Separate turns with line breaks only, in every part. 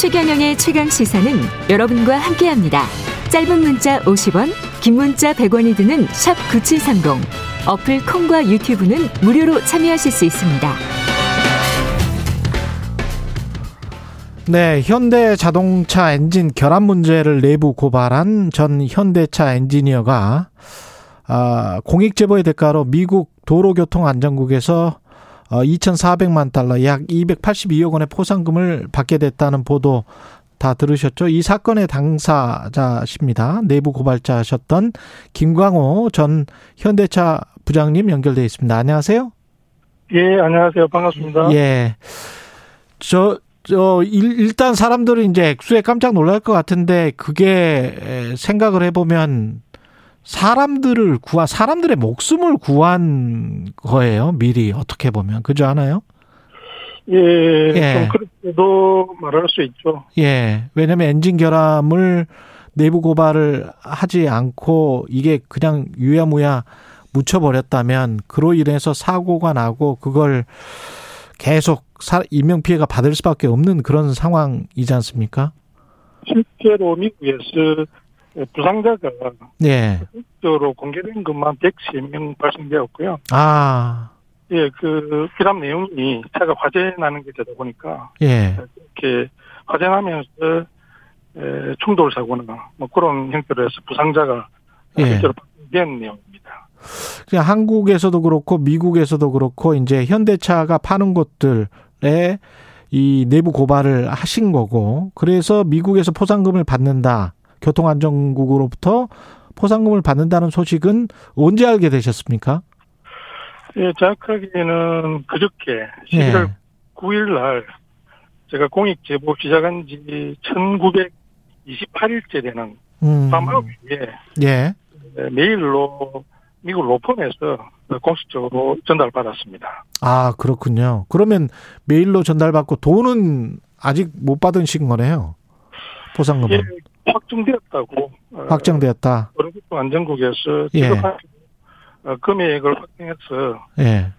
최경영의 최강 시사는 여러분과 함께합니다. 짧은 문자 50원, 긴 문자 100원이 드는 샵 #9730 어플 콩과 유튜브는 무료로 참여하실 수 있습니다.
네, 현대자동차 엔진 결함 문제를 내부 고발한 전 현대차 엔지니어가 아, 공익 제보의 대가로 미국 도로교통안전국에서 어, 2,400만 달러, 약 282억 원의 포상금을 받게 됐다는 보도 다 들으셨죠? 이 사건의 당사자십니다. 내부 고발자셨던 김광호 전 현대차 부장님 연결돼 있습니다. 안녕하세요.
예, 안녕하세요. 반갑습니다.
예. 저, 저, 일, 일단 사람들은 이제 액수에 깜짝 놀랄 것 같은데 그게 생각을 해보면 사람들을 구한, 사람들의 목숨을 구한 거예요. 미리 어떻게 보면. 그죠 않아요?
예, 좀 그렇게도 말할 수 있죠.
예. 왜냐면 엔진 결함을 내부 고발을 하지 않고 이게 그냥 유야무야 묻혀버렸다면 그로 인해서 사고가 나고 그걸 계속 인명 피해가 받을 수밖에 없는 그런 상황이지 않습니까?
실제로 미국에서 부상자가 예. 실제로 공개된 것만 110명 발생되었고요.
아.
예, 그 피랍 내용이 차가 화재 나는 게 되다 보니까 예. 이렇게 화재 나면서 충돌 사고나 뭐 그런 형태로 해서 부상자가 예. 실제로 발생된 내용입니다.
그냥 한국에서도 그렇고 미국에서도 그렇고 이제 현대차가 파는 곳들에 이 내부 고발을 하신 거고 그래서 미국에서 포상금을 받는다 교통안전국으로부터 포상금을 받는다는 소식은 언제 알게 되셨습니까?
예, 정확하게는 그저께 11월 예. 9일 날 제가 공익 제보 시작한 지 1928일째 되는 음. 밤 9시에 예. 메일로 미국 로펌에서 공식적으로 전달받았습니다.
아, 그렇군요. 그러면 메일로 전달받고 돈은 아직 못 받으신 거네요. 보상금은.
예, 확정되었다고. 어,
확정되었다.
안전국에서 지급한 예. 금액을 확정해서 예.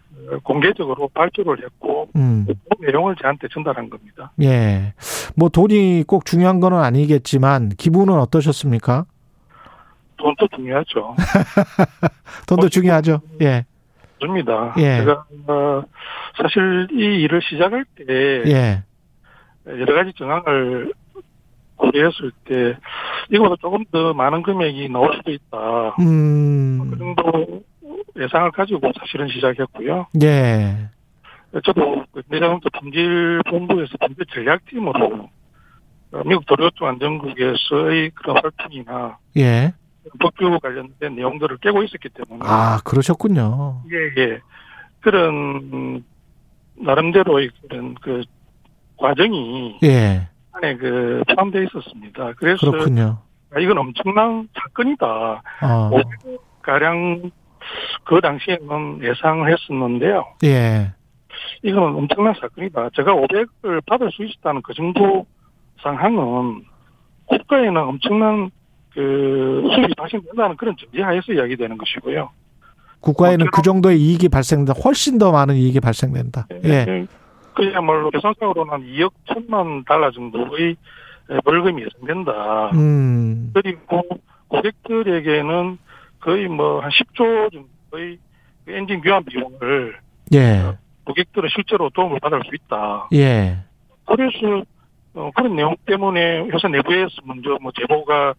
공개적으로 발표를 했고 음. 그 내용을 저한테 전달한 겁니다.
예. 뭐 돈이 꼭 중요한 건 아니겠지만 기분은 어떠셨습니까?
돈도 중요하죠. 어,
돈도 중요하죠. 예.
줍니다. 예. 제가 사실 이 일을 시작할 때 예. 여러 가지 정황을 고려했을 때 이거보다 조금 더 많은 금액이 나올 수도 있다. 음. 그 정도 예상을 가지고 사실은 시작했고요.
예.
저도 그 내장도 품질 본부에서 품질 전략팀으로 어, 미국 도로교통 안전국에서의 그런 활동이나 예. 법규 관련된 내용들을 깨고 있었기 때문에.
아, 그러셨군요.
예, 예. 그런, 나름대로의 그런 그 과정이. 예. 안에 그 포함되어 있었습니다. 그래서.
그렇군요.
아, 이건 엄청난 사건이다. 어. 가량 그 당시에는 예상을 했었는데요.
예.
이건 엄청난 사건이다. 제가 500을 받을 수 있었다는 그 정도 상황은 국가에는 엄청난 그 수익이 발생된다는 그런 전제하에서 이야기되는 것이고요.
국가에는 그 정도의 이익이 발생된다. 훨씬 더 많은 이익이 발생된다.
네,
예.
그야말로 계산상으로는 2억 천만 달러 정도의 벌금이 예상된다. 음. 그리고 고객들에게는 거의 뭐 한 10조 정도의 그 엔진 교환 비용을 예. 고객들은 실제로 도움을 받을 수 있다.
예.
그래서 어, 그런 내용 때문에 회사 내부에서 먼저 뭐 제보가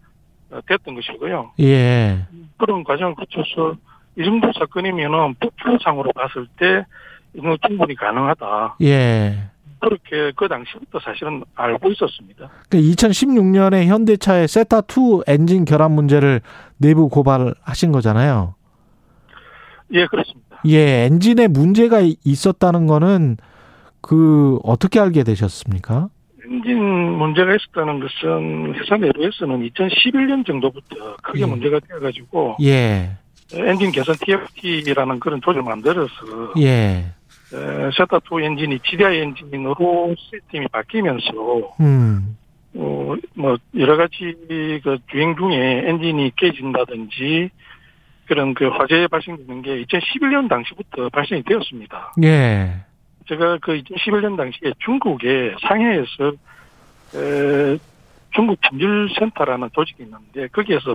됐던 것이고요.
예.
그런 과정을 거쳐서 이 정도 사건이면은 법률상으로 봤을 때 이건 충분히 가능하다.
예.
그렇게 그 당시부터 사실은 알고 있었습니다.
그러니까 2016년에 현대차의 세타2 엔진 결함 문제를 내부 고발하신 거잖아요.
예, 그렇습니다.
예, 엔진에 문제가 있었다는 거는 그 어떻게 알게 되셨습니까?
엔진 문제가 있었다는 것은 회사 내부에서는 2011년 정도부터 크게 예. 문제가 되어가지고
예.
엔진 개선 TFT라는 그런 조직을 만들어서
예.
셔터2 엔진이 GDI 엔진으로 시스템이 바뀌면서 음. 어, 뭐 여러 가지 그 주행 중에 엔진이 깨진다든지 그런 그 화재 발생되는 게 2011년 당시부터 발생이 되었습니다.
예.
제가 그 2011년 당시에 중국의 상해에서 에, 중국 품질센터라는 조직이 있는데 거기에서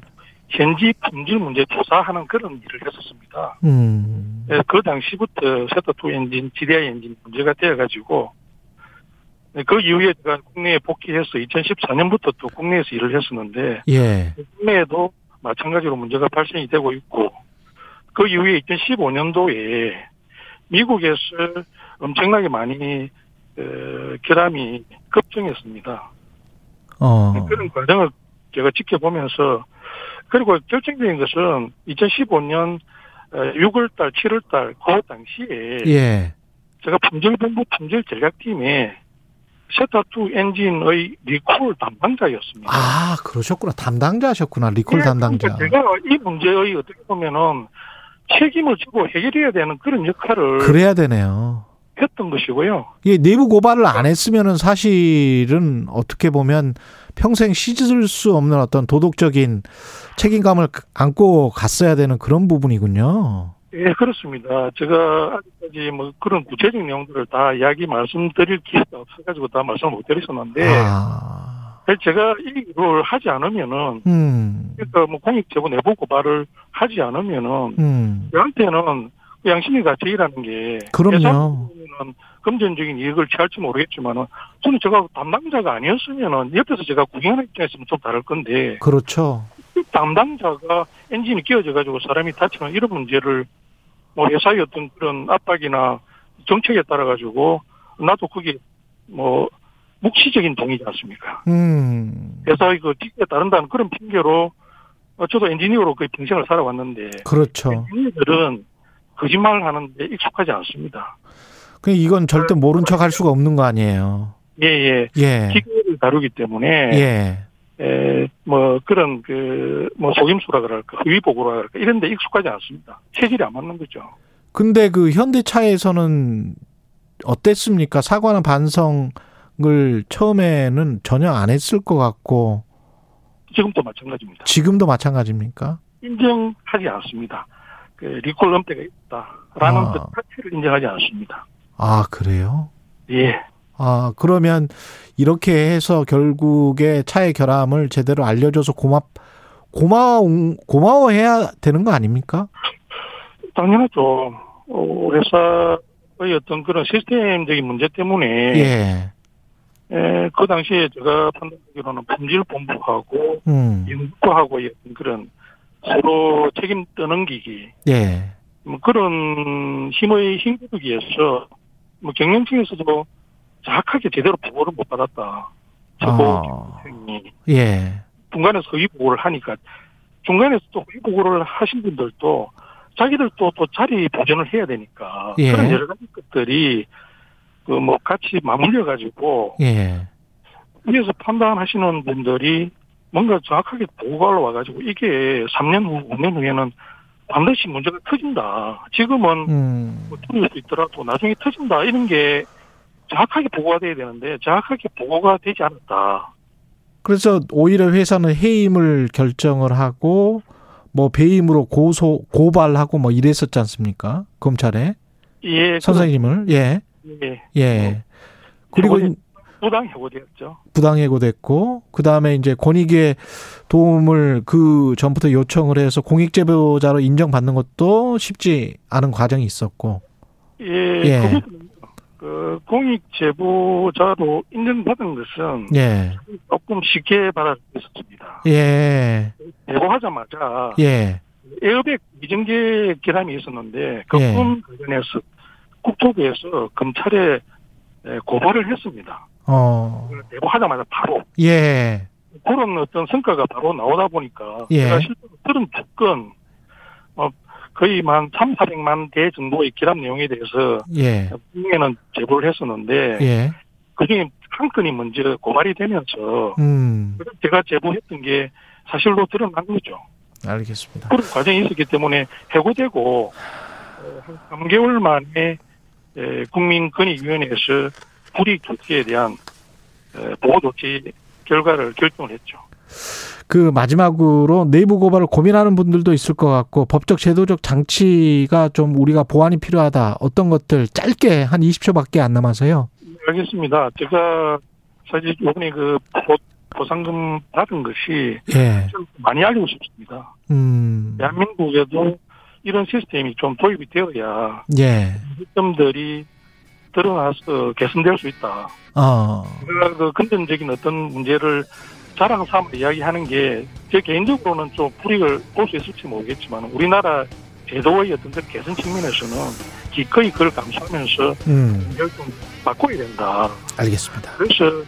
현지 품질 문제 조사하는 그런 일을 했었습니다.
음.
에, 그 당시부터 세타2 엔진, GDI 엔진 문제가 되어가지고 에, 그 이후에 제가 국내에 복귀해서 2014년부터 또 국내에서 일을 했었는데
예.
국내에도 마찬가지로 문제가 발생이 되고 있고 그 이후에 2015년도에 미국에서 엄청나게 많이 어, 결함이 급증했습니다.
어.
그런 과정을 제가 지켜보면서 그리고 결정적인 것은 2015년 어, 6월달, 7월달 그 당시에
예.
제가 품질본부 품질전략팀에 세타2 엔진의 리콜 담당자였습니다.
아, 그러셨구나. 담당자셨구나.
네,
리콜 예, 담당자.
그러니까 제가 이 문제의 어떻게 보면은 책임을 지고 해결해야 되는 그런 역할을
그래야 되네요.
했던 것이고요.
예, 내부 고발을 안 했으면은 사실은 어떻게 보면 평생 씻을 수 없는 어떤 도덕적인 책임감을 안고 갔어야 되는 그런 부분이군요.
예, 그렇습니다. 제가 아직까지 뭐 그런 구체적인 내용들을 다 이야기 말씀드릴 기회가 없어가지고 다 말씀을 못 드렸었는데.
아.
제가 이걸 하지 않으면은.
음.
그러니까 뭐 공익제보 내부 고발을 하지 않으면은.
음.
저한테는 양심이 가치라는 게.
그럼요.
음, 금전적인 이익을 취할지 모르겠지만은. 저는 제가 담당자가 아니었으면은 옆에서 제가 구경하는 입장에서는 좀 다를 건데.
그렇죠.
담당자가 엔진이 끼어져가지고 사람이 다치는 이런 문제를 뭐 회사의 어떤 그런 압박이나 정책에 따라 가지고 나도 그게 뭐 묵시적인 동의지 않습니까?
음.
회사의 그 직에 따른다는 그런 핑계로 저도 엔지니어로 거의 평생을 살아왔는데
그렇죠.
엔지니어들은 거짓말을 하는데 익숙하지 않습니다.
그 이건 절대 모른 척 할 수가 없는 거 아니에요.
예예.
예.
기계를 다루기 때문에
예.
에, 뭐, 그런, 그, 뭐, 속임수라 그럴까, 위복으로 그럴까, 이런 데 익숙하지 않습니다. 체질이 안 맞는 거죠.
근데 그 현대차에서는 어땠습니까? 사과나 반성을 처음에는 전혀 안 했을 것 같고
지금도 마찬가지입니다.
지금도 마찬가지입니까?
인정하지 않습니다. 그 리콜 음대가 있다라는
아.
그 사실을 인정하지 않습니다.
아 그래요?
예,
아 그러면 이렇게 해서 결국에 차의 결함을 제대로 알려줘서 고맙 고마워 고마워해야 되는 거 아닙니까?
당연하죠. 어, 회사의 어떤 그런 시스템적인 문제 때문에
예.
에, 그 당시에 제가 판단하기로는 품질 본부하고
음.
연구하고의 어떤 그런 서로 책임 떠넘기기
예.
뭐 그런 힘의 힘겨루기에서 뭐 경영층에서도 정확하게 제대로 보고를 못 받았다. 저거
아,
이
예.
중간에서 허위 보고를 하니까 중간에서 또 허위 보고를 하신 분들도 자기들도 또 자리 보전을 해야 되니까
예.
그런 여러 가지 것들이 그 뭐 같이 맞물려 가지고
예.
위에서 판단하시는 분들이 뭔가 정확하게 보고가 올라와 가지고 이게 3년 후, 5년 후에는 반드시 문제가 터진다. 지금은
음.
뭐 터질 수 있더라도 나중에 터진다 이런 게 정확하게 보고가 돼야 되는데 정확하게 보고가 되지 않았다.
그래서 오히려 회사는 해임을 결정을 하고 뭐 배임으로 고소 고발하고 뭐 이랬었지 않습니까? 검찰에
예,
선생님을 예.
그런- 예,
예. 그리고
해고된- 부당 해고되었죠.
부당해고됐고 그다음에 이제 권익의 도움을 그 전부터 요청을 해서 공익제보자로 인정받는 것도 쉽지 않은 과정이 있었고.
예,
예.
그것은 그 공익 제보자로 인정받은 것은
예.
조금 쉽게 받아들였습니다.
예.
제보하자마자
예.
에어백 미정계 결함이 있었는데
예.
그건 관련해서 국토부에서 검찰에 에, 고발을 했습니다.
어.
제보하자마자 바로
예.
그런 어떤 성과가 바로 나오다 보니까
예.
제가 실제로 들은 조건 어, 거의 만 3, 400만 대 정도의 결함 내용에 대해서
예.
분명에는 제보를 했었는데
예.
그중에 한 건이 먼저 고발이 되면서
음.
그래서 제가 제보했던 게 사실로 드러난 거죠.
알겠습니다.
그런 과정이 있었기 때문에 해고되고 어, 한 3개월 만에 에, 국민권익위원회에서 불이익 조치에 대한 에, 보호 조치 결과를 결정을 했죠.
그 마지막으로 내부 고발을 고민하는 분들도 있을 것 같고 법적 제도적 장치가 좀 우리가 보완이 필요하다. 어떤 것들 짧게 한 20초밖에 안 남아서요.
알겠습니다. 네, 제가 사실 이번에 그 보, 보상금 받은 것이 예. 좀 많이 알리고 싶습니다. 음. 대한민국에도 이런 시스템이 좀 도입이 되어야 예. 시스템들이 드러나서 개선될 수 있다. 어. 그러니까 그 근본적인 어떤 문제를 자랑 삼아 이야기하는 게 제 개인적으로는 좀 불이익을 볼 수 있을지 모르겠지만 우리나라 제도의 어떤 그 개선 측면에서는 기꺼이 그걸 감수하면서 음. 좀 바꿔야 된다.
알겠습니다.
그래서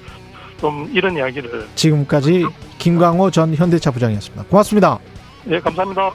좀 이런 이야기를
지금까지 김광호 전 현대차 부장이었습니다. 고맙습니다.
예, 네, 감사합니다.